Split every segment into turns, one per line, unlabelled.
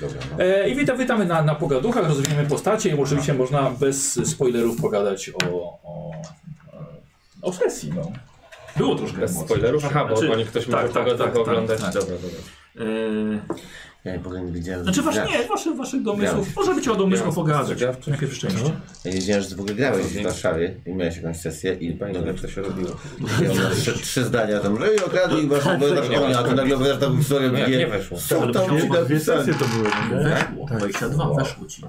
Dobra, no.
E, I witam, witamy na, na pogaduchach, rozumiemy postacie i oczywiście można bez spoilerów pogadać o, o, e, o sesji. No. Było troszkę
Bez
emocji.
spoilerów? Aha, bo
Znaczy-
pani ktoś
tak,
może
tak,
kogo
tak,
tak, oglądać.
tak, tak.
Dobra, dobra.
Yy,
Ja w ogóle nie wiedziałem. że
znaczy wasz,
grasz.
nie, waszych, waszych domysłów. Może być o domysłach
Grałem.
pogadać.
Grałem wcześniej.
Najpierw szczęście.
Ja nie wiedziałem, że w ogóle grałeś w Warszawie i miałeś jakąś sesję i pamiętam, jak to się robiło. I ona trzy, trzy zdania tam, że i okradli wasz konia, a ty nagle opowiadasz taką historię.
Nie,
mówię,
nie weszło.
Co tam ci
Dwie
napisali?
sesje to były,
No.
no. nie?
Weszło,
Tak,
22, weszło ci.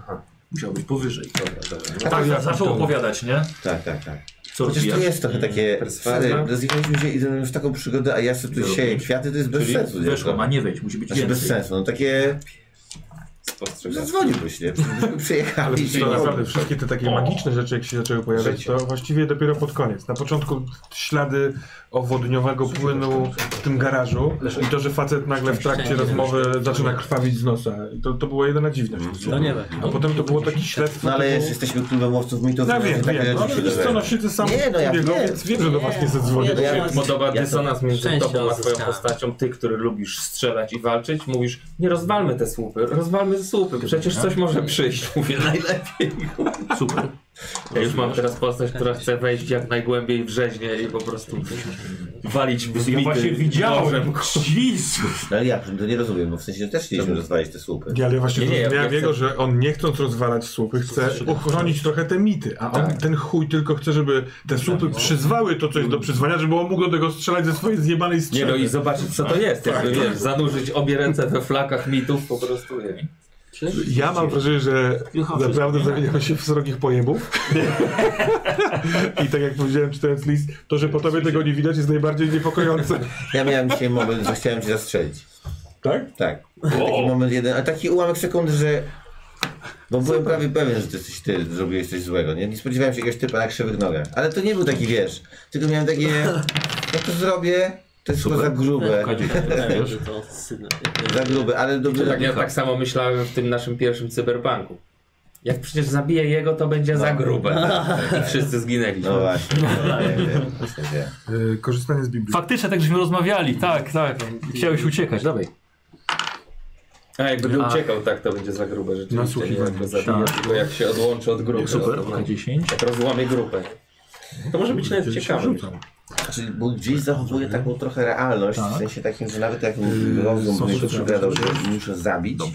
Musiał być powyżej.
Znaczy,
Tak, tak, zaczął opowiadać, nie?
Tak, tak, tak.
Co
Chociaż
rozwija?
to jest trochę takie,
Perswazja.
stary, rozjechaliśmy się i zrobimy już taką przygodę, a ja sobie tu sieję kwiaty, to jest bez sensu. nie?
Weszło, ma nie wejść, musi być
Znaczy bez
więcej.
sensu, no takie,
Spostrzegam.
zadzwoniłbyś, nie?
Ale
Przyjechali. no.
to naprawdę wszystkie te takie magiczne rzeczy, jak się zaczęły pojawiać, to właściwie dopiero pod koniec. Na początku ślady owodniowego płynu w tym garażu i to, że facet nagle w trakcie rozmowy zaczyna krwawić z nosa. I to, to była jedyna dziwność.
No nie wiem.
A potem to było takie śledztwo.
No ale
typu-
jest, jesteśmy klubem łowców mitów,
Ja
więc
wiem,
takie
wiem.
rzeczy
Ale
się
wiesz co, no
dowiadują.
siedzę sam
Nie, no ja
biegam,
wiem.
więc wiem, że do was nie zadzwonię.
No ja-
Podoba
Ja to-
dysonans między
Szczęście
tobą a swoją
odzyskałem.
postacią. Ty, który lubisz strzelać i walczyć, mówisz, nie rozwalmy te słupy, rozwalmy słupy, przecież coś może przyjść. Mówię, najlepiej.
Super.
Ja już mam teraz postać, która chce wejść jak najgłębiej w rzeźnię i po prostu walić w
Ja
bity
właśnie widziałem.
nożem.
Jezus.
No ale ja to nie rozumiem, bo w sensie też chcieliśmy rozwalić te słupy.
Nie, ale ja właśnie
Nie, nie, ja-
zrozumiałem
ja
jego,
chcę-
że on nie chcąc rozwalać słupy, chce uchronić trochę te mity, a
Tak.
on, ten chuj tylko chce, żeby te słupy
no.
przyzwały to coś do przyzwania, żeby on mógł do tego strzelać ze swojej zjebanej
Mm. Nie no
strzelby.
i zobaczyć co to jest, jakby wiesz, zanurzyć obie ręce we flakach mitów po prostu. nie wiem.
Ja mam wrażenie, że
Jucha,
naprawdę
wszystko-
zamieniał się w srogich pojebów. I tak jak powiedziałem czytając list, to, że po tobie tego nie widać jest najbardziej niepokojące.
Ja miałem dzisiaj moment, że chciałem cię zastrzelić.
Tak?
Tak. Taki moment jeden, ale taki ułamek sekundy, że... Bo byłem prawie pewien, że ty, jesteś, ty zrobiłeś coś złego, nie? Nie spodziewałem się jakiegoś typa na krzywych nogach. Ale to nie był taki, wiesz, tylko miałem takie... Jak to zrobię? To jest tylko za grube.
To syna.
Za grube, ale dobrze...
Tak, ja tak samo myślałem w tym naszym pierwszym cyberbanku. Jak przecież zabiję jego, to będzie za grube. I wszyscy zginęli.
No właśnie. Nie, nie, w sensie.
Yy, korzystanie z Biblii.
Faktycznie tak żeśmy rozmawiali, tak, tak. Chciałeś uciekać, dawaj.
A jakby
A.
uciekał tak, to będzie za grube rzeczywiście. Nie
Nasłuchiwanie.
jak go zabiję, tylko jak się odłączy od grupy.
Super,
no to-
K10.
Jak rozłamie grupę. To może być nawet
Kiedyś
ciekawe.
rzucam.
Czyli, bo gdzieś zachowuje taką trochę realność, w sensie takim, że nawet jak rozum
są
by mi to
rzeczy,
przypowiadał, że muszę zabić,
Nie.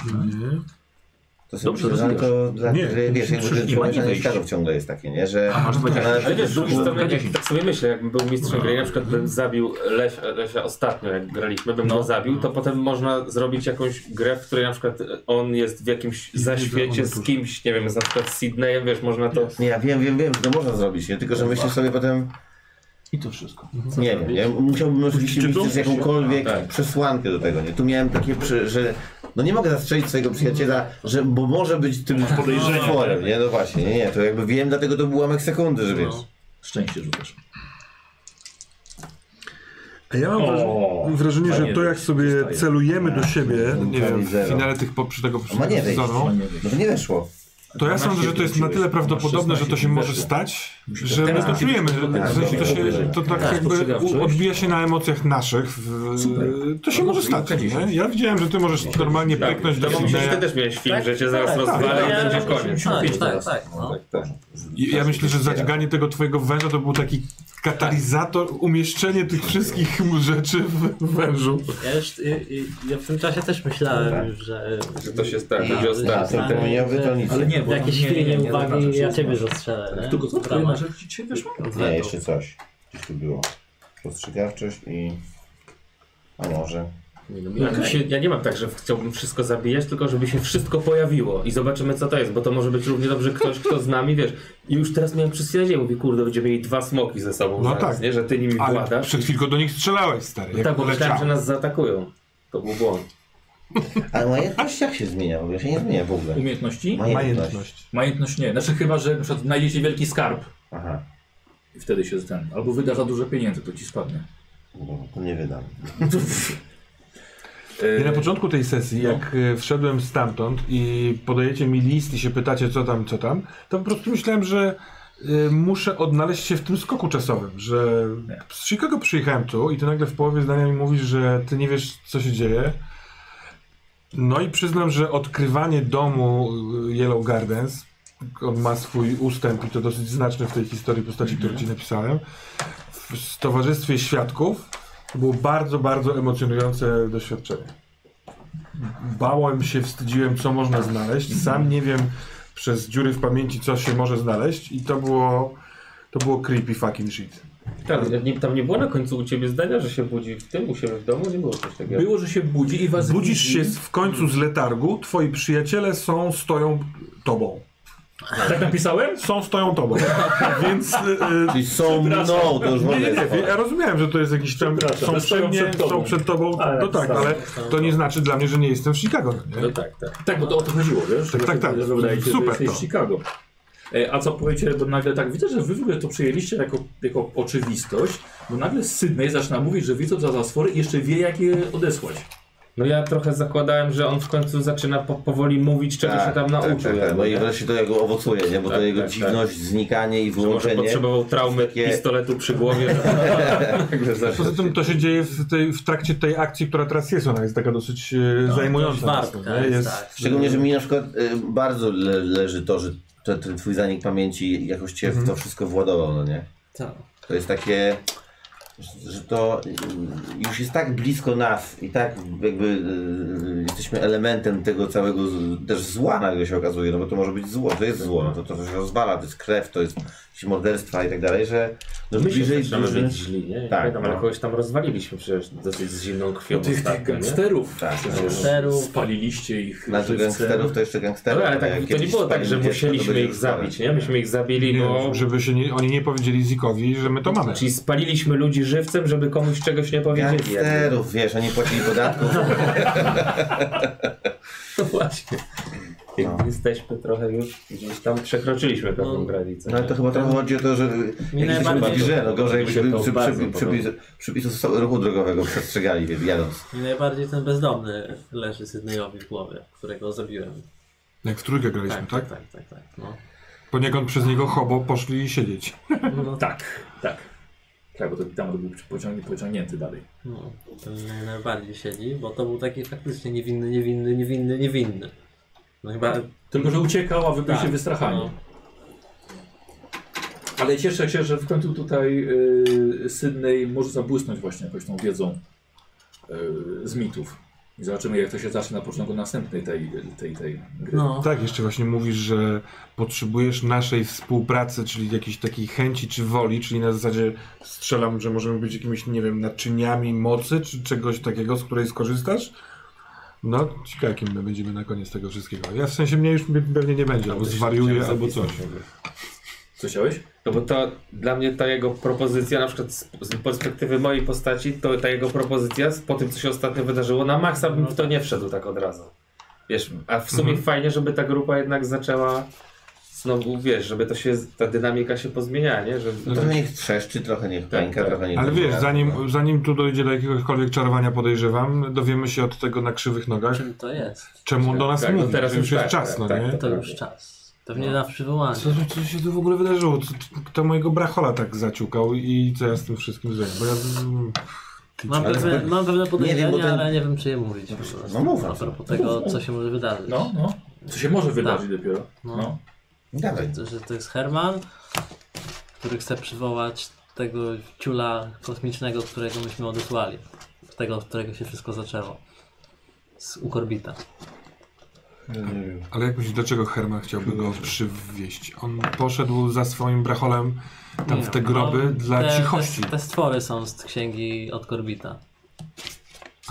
to sobie
Dobrze,
przyznam, to dla
Nie,
że, wiesz,
nie
jakby
przyszli,
że
ma nie
połączenie
wyjść.
światów ciągle jest takie, nie, że...
A, masz dwadzieścia.
Ale-
Ale wiesz, z drugiej strony,
K10.
jak, tak sobie myślę, jakbym był mistrzem gry, na przykład bym zabił Leś, Lesia ostatnio, jak graliśmy, bym go zabił, to potem można zrobić jakąś grę, w której na przykład on jest w jakimś zaświecie z kimś, nie wiem, z na przykład z Sydneyem, wiesz, można to...
Nie, ja wiem, wiem, wiem, że to można zrobić, nie? tylko że myślisz sobie potem,
I to wszystko.
nie wiem, nie? musiałbym oczywiście mieć też jakąkolwiek
Tak.
przesłankę do tego, nie? Tu miałem takie, przy, że no nie mogę zastrzelić swojego przyjaciela, że, bo może być tym podejrzeniem, nie? No właśnie, nie, nie, to jakby wiem, dlatego to był ułamek sekundy, że wiesz.
Szczęście rzucasz.
A ja mam wraż- wrażenie, że to jak sobie celujemy
Tak.
do siebie, nie wiem, w finale tych poprzez tego
Ma nie wejść.
sezonu,
No to nie weszło.
to ja sądzę, że to jest na tyle prawdopodobne, że to się może stać, że my to czujemy, że w sensie to, się, to tak jakby u- odbija się na emocjach naszych. W, to się Tak. może stać, nie? Ja widziałem, że ty możesz normalnie pyknąć do
Ja mam myślę, Tak. że ty
Sydneya.
też miałeś film,
Tak?
że cię zaraz
Tak, tak,
rozwalę
tak.
i będzie koniec.
Tak, tak, tak. No.
I Ja myślę, że zadźganie tego twojego węża to był taki katalizator, umieszczenie tych wszystkich rzeczy w wężu.
Ja, już, y, y, ja w tym czasie też myślałem, że...
Że to się tak,
Ja-
będzie
Tak,
ostatni.
ten terminowy to nic.
Ale nie, bo
Jakieś
nie, nie, nie,
chwili
nie, nie,
uwagi
nie,
ja ciebie zastrzelę. nie?
Tylko co?
Brawo.
Jedna rzecz ci się weszła?
Nie, jeszcze coś. Gdzieś tu było. Postrzegawczość i... A może...
Nie, no, ja, się, ja nie mam tak, że chciałbym wszystko zabijać, tylko żeby się wszystko pojawiło i zobaczymy co to jest, bo to może być równie dobrze ktoś, kto z nami, wiesz. I już teraz miałem przez chwilę dzień, mówi, kurde, będziemy mieli dwa smoki ze sobą
No
zaraz,
tak.
nie? Że ty nimi
Ale
władasz.
przed chwilką do nich strzelałeś, stary,
Tak,
jak
bo myślałem, że
leciałem.
nas zaatakują. To był błąd.
Ale majętność jak się zmienia? Bo się nie zmienia w ogóle.
Umiejętności?
Majętność.
Majętność nie. Znaczy chyba, że na przykład znajdziecie wielki skarb
Aha.
i wtedy się ten. Albo wyda za dużo pieniędzy, to ci spadnie.
No, to nie wydam.
Ja na początku tej sesji, jak e, wszedłem stamtąd i podajecie mi list i się pytacie co tam, co tam, to po prostu myślałem, że e, muszę odnaleźć się w tym skoku czasowym, że z Chicago przyjechałem tu i ty nagle w połowie zdania mi mówisz, że ty nie wiesz co się dzieje. No i przyznam, że odkrywanie domu y, Yellow Gardens, on ma swój ustęp i to dosyć znaczny w tej historii postaci, którą ci napisałem, w towarzystwie świadków było bardzo, bardzo emocjonujące doświadczenie. Bałem się, wstydziłem, co można znaleźć. Sam nie wiem przez dziury w pamięci, co się może znaleźć i to było, to było creepy fucking shit.
Tam nie, tam nie było na końcu u ciebie zdania, że się budzi w tym, u siebie w domu? Nie było coś takiego.
Było, że się budzi i was
Budzisz
widzi.
się z- w końcu z letargu, twoi przyjaciele są, stoją tobą.
Tak napisałem?
Są, stoją tobą. Więc... y,
Czyli są mną, to już w
Nie, nie,
ogóle jest
nie, wie-
chore.
ja rozumiem, że to jest jakiś tam,
Przepraszam,
są
że stoją
przed mnie,
przed tobą.
są przed tobą,
Ale
no tak,
tak,
ale to nie znaczy dla mnie, że nie jestem w Chicago.
No
Nie?
tak, tak. Tak, bo to o to chodziło, wiesz?
Tak, tak, tak.
Że wydaje się,
Super
że jesteś
to.
w Chicago. E, A co powiecie, bo nagle tak, widzę, że wy w ogóle to przyjęliście jako, jako oczywistość, bo nagle Sydney zaczyna mówić, że wie co za zaswory i jeszcze wie jak je odesłać.
No ja trochę zakładałem, że on w końcu zaczyna po, powoli mówić, czego się tam nauczył.
Tak, tak, tak,
jakby,
bo i
nie?
wreszcie to jego owocuje, nie? bo
Tak,
to jego
tak, tak.
dziwność, znikanie i
Że może
wyłączenie.
potrzebował traumy
Takie-
pistoletu przy głowie. Także zawsze-
Poza tym to się dzieje w, tej, w trakcie tej akcji, która teraz jest, ona jest taka dosyć e,
Tak,
zajmująca.
Wartka
mocno, nie?
jest, tak.
Szczególnie, że mi na przykład y, bardzo le, leży to, że te- ten twój zanik pamięci jakoś cię
Mhm.
w to wszystko władował, no nie?
Tak.
To jest takie, że- że to y, już jest tak blisko nas i tak jakby y, jesteśmy elementem tego całego z, też zła nagle się okazuje, no bo to może być zło, to jest zło, no to, to się rozwala, to jest krew, to jest jakieś morderstwa i tak dalej, że no,
My się
bliżej...
zaczynamy
bliżej-
być źli, nie?
Tak,
Tak, pamiętam, ale
no.
kogoś tam rozwaliliśmy przecież dosyć z zimną krwią
Tych, tych
ostatnio, No nie?
gangsterów.
Tak,
przecież
gangsterów.
Spaliliście ich
Znaczy
żywcem.
gangsterów to jeszcze gangsterów.
No, ale tak, to nie
kiedyś
było tak, że
spalili dziecko, to
musieliśmy
będzie
ich
już
zabić,
spalone.
nie? Myśmy ich zabili, bo...
Nie, żeby się nie, oni nie powiedzieli Zikowi, że my to mamy.
Czyli spaliliśmy ludzi żywcem, żeby komuś czegoś nie powiedzieli. jakby.
Gangsterów, wiesz, oni płacili podatków.
No właśnie.
No.
Jakby Jesteśmy trochę już gdzieś tam przekroczyliśmy pewną
No.
granicę.
No ale to chyba trochę chodzi o to, że
Mi
jesteśmy w
najbardziej-
grze, no gorzej
Mi się
jakbyśmy
to
przy,
bardzo
przy, przy,
podoba.
przy, przepisów so- ruchu drogowego przestrzegali, wie- jadąc.
I najbardziej ten bezdomny leży Sydneyowi w głowie, którego zabiłem.
Jak w trójkę graliśmy, tak?
tak, tak. tak no.
Poniekąd przez niego hobo poszli siedzieć.
No,
Tak, tak. Tak, bo to tam był pociągnięty, pociągnięty dalej.
no, ten naj- najbardziej siedzi, bo to był taki faktycznie niewinny, niewinny, niewinny, niewinny. No chyba...
Tylko, że uciekał, a wy byliście
Tak.
wystrachani.
No.
Ale cieszę się, że w końcu tutaj yy, Sydney może zabłysnąć właśnie jakąś tą wiedzą yy, z mitów. I zobaczymy, jak to się zacznie na początku następnej tej, tej, tej gry.
No.
Tak, jeszcze właśnie mówisz, że potrzebujesz naszej współpracy, czyli jakiejś takiej chęci czy woli, czyli na zasadzie strzelam, że możemy być jakimiś, nie wiem, naczyniami mocy czy czegoś takiego, z której skorzystasz? No, ciekawe, jakim my będziemy na koniec tego wszystkiego. Ja w sensie mnie już pe- pewnie nie będzie, albo zwariuję, albo coś.
Co chciałeś?
No bo to dla mnie ta jego propozycja, na przykład z, z perspektywy mojej postaci, to ta jego propozycja z- po tym, co się ostatnio wydarzyło, na maksa bym w to nie wszedł tak od razu. Wiesz, a w sumie fajnie, żeby ta grupa jednak zaczęła znowu, wiesz, żeby to się, ta dynamika się pozmieniała, nie? Że,
No trochę niech trzeszczy, trochę niech pęka,
tak.
trochę niech...
Ale wiesz, zanim, zanim tu dojdzie do jakiegokolwiek czarowania, podejrzewam, dowiemy się od tego na krzywych nogach,
Czym to jest?
czemu on do nas
Tak, no
mówi.
teraz
Teraz już
już
jest
tak,
czas,
tak,
no
tak,
nie?
tak.
To już czas. Pewnie na przywołanie.
Co, co się tu w ogóle wydarzyło? Co, kto mojego brachola tak zaciukał i co ja z tym wszystkim zrobię? Bo ja... mm,
Mam
Ale
pewne,
to-
mam pewne podejrzenia,
bo ten-
ale nie wiem, czy je mówić. po prostu.
no mów,
A
no.
propos tego, co się może wydarzyć.
No, no. Co się może wydarzyć dopiero.
No.
No.
Dawaj.
To, że to jest Herman, który chce przywołać tego ciula kosmicznego, którego myśmy odesłali. Tego, od którego się wszystko zaczęło. Z Ukorbita.
No
Ale jak myślisz, dlaczego Herman chciałby go przywieźć? On poszedł za swoim bracholem tam w te groby
No,
dla
te,
cichości.
Te, te stwory są z księgi od Korbita.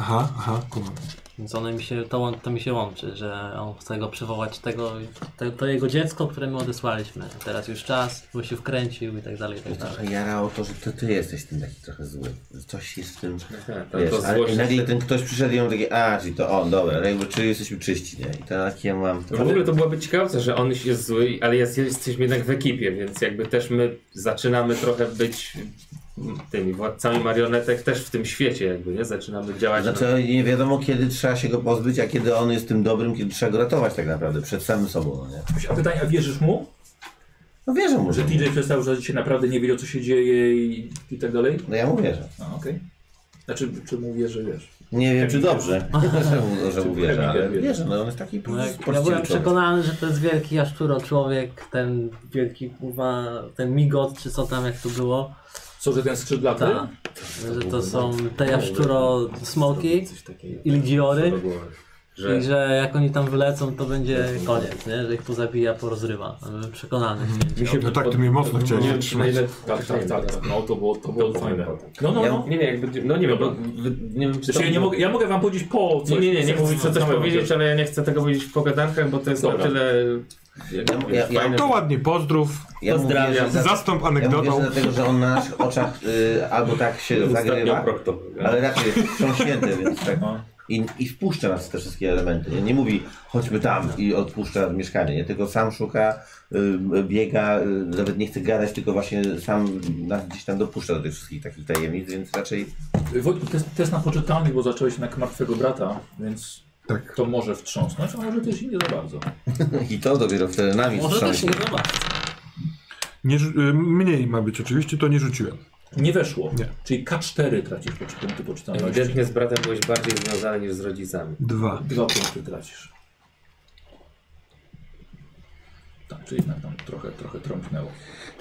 Aha, aha, kumam.
Więc one mi się, to, łą- to mi się łączy, że on chce go przywołać, tego, te, to jego dziecko, które my odesłaliśmy. Teraz już czas, bo się wkręcił i tak dalej, i tak dalej.
Trochę jarało to, że to ty jesteś tym taki trochę zły. Że coś jest w tym...
tak,
Wiesz,
to
ale
złość
i nagle ten ktoś przyszedł i mam takie, a, czyli to on, dobra, ale jakby czy jesteśmy czyści, nie? I tak ja mam...
No w ogóle to byłaby ciekawca, że on jest zły, ale jest, jesteśmy jednak w ekipie, więc jakby też my zaczynamy trochę być tymi władcami marionetek też w tym świecie jakby, nie? Zaczynamy działać. na-
Znaczy nie wiadomo kiedy trzeba się go pozbyć, a kiedy on jest tym dobrym, kiedy trzeba go ratować tak naprawdę, przed samym sobą, no nie?
A pytanie, a wierzysz mu?
No wierzę mu,
Że
że
TJ przestał, że się naprawdę nie wiedział, co się dzieje i, i tak dalej?
No ja mu wierzę.
No, okej. Znaczy, czy mu wierzę, wiesz?
Nie wiem, czy dobrze, że, że uwierzę, ale
wierzę.
wierzę, no on jest taki
No
no,
jak, ja byłem przekonany, że to jest wielki jaszczuro człowiek, ten wielki kurwa, ten migot, czy co tam jak to było.
Co, że ten skrzydlaty?
Ta, że to są te jaszczuro smoki
Coś takiego.
i
Co
lgiory.
to było?
Że
I że jak oni tam wylecą, to będzie koniec, nie? że ich pozabija, porozrywa. Byłem przekonany.
Mi się
No
tak, ty mnie mocno chciałeś
nie,
zatrzymać.
na ile-
Tak, tak, tak, tak. No to było, to było
To
fajne.
było
No, no,
Ja-
no.
Nie, nie, jak będzie, no nie wiem, bo wy- nie wiem czy
Znaczy, ja, nie mogę, ja mogę wam powiedzieć po
Nie,
coś.
nie, nie, nie
Chcę
chcę co coś
samemu
powiedzieć,
powiedzieć.
ale ja nie chcę tego powiedzieć w pogadankach, bo to jest
Dobra.
na tyle... Jak,
Ja- ja- ja-
fajne,
To ładnie, pozdrów,
ja mówię, że
Pozdrawiam.
za,
zastąp
ja mówię,
anegdotą.
że dlatego, że on na naszych oczach y, albo tak się
Ostatnio
zagrywa,
prok to
ale raczej jest wstrząśnięty, więc tak.
No.
I, I wpuszcza nas w te wszystkie elementy. Nie, nie mówi chodźmy tam i odpuszcza mieszkanie, nie? tylko sam szuka, y, biega, y, nawet nie chce gadać, tylko właśnie sam nas gdzieś tam dopuszcza do tych wszystkich takich tajemnic, więc raczej
Wojtku, to jest, to jest na poczytalni, bo zacząłeś na martwego brata, więc
Tak.
to może wtrząsnąć, a może też i nie za bardzo.
i to dopiero wtedy nami
Może też
wstrząśnie.
nie zobaczyć.
Nie, rzu- y, mniej ma być oczywiście, to nie rzuciłem.
Nie weszło.
Nie.
Czyli K4 tracisz po punkty poczytalności.
Ewidentnie z bratem byłeś bardziej związany niż z rodzicami.
Dwa.
Dwa punkty tracisz. Tak, czyli jednak tam trochę, trochę trąbnęło.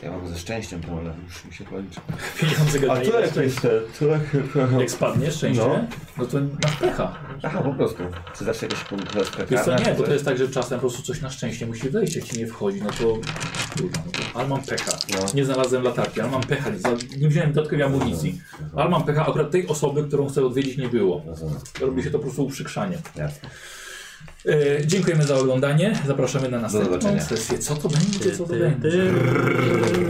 Ja mam ze szczęściem to, ale już mi się kończy.
Pieniądze
Ah,
gadają. Jak spadnie szczęście,
No.
no, to masz pecha.
Aha, po prostu. Czy zawsze jakoś punkt
Wiesz co, nie, bo to jest tak, że czasem po prostu coś na szczęście musi wejść, jak ci nie wchodzi, no to kurwa, no to ale mam pecha.
No.
Nie znalazłem latarki, ale mam pecha, nie, za, nie wziąłem dodatkowej amunicji. Ale mam pecha, akurat tej osoby, którą chcę odwiedzić nie było.
Rozumiem.
Robi się to po prostu uprzykrzanie.
Jasne.
E, dziękujemy za oglądanie, zapraszamy na następną
zobaczenia.
sesję. Co to będzie, co to będzie?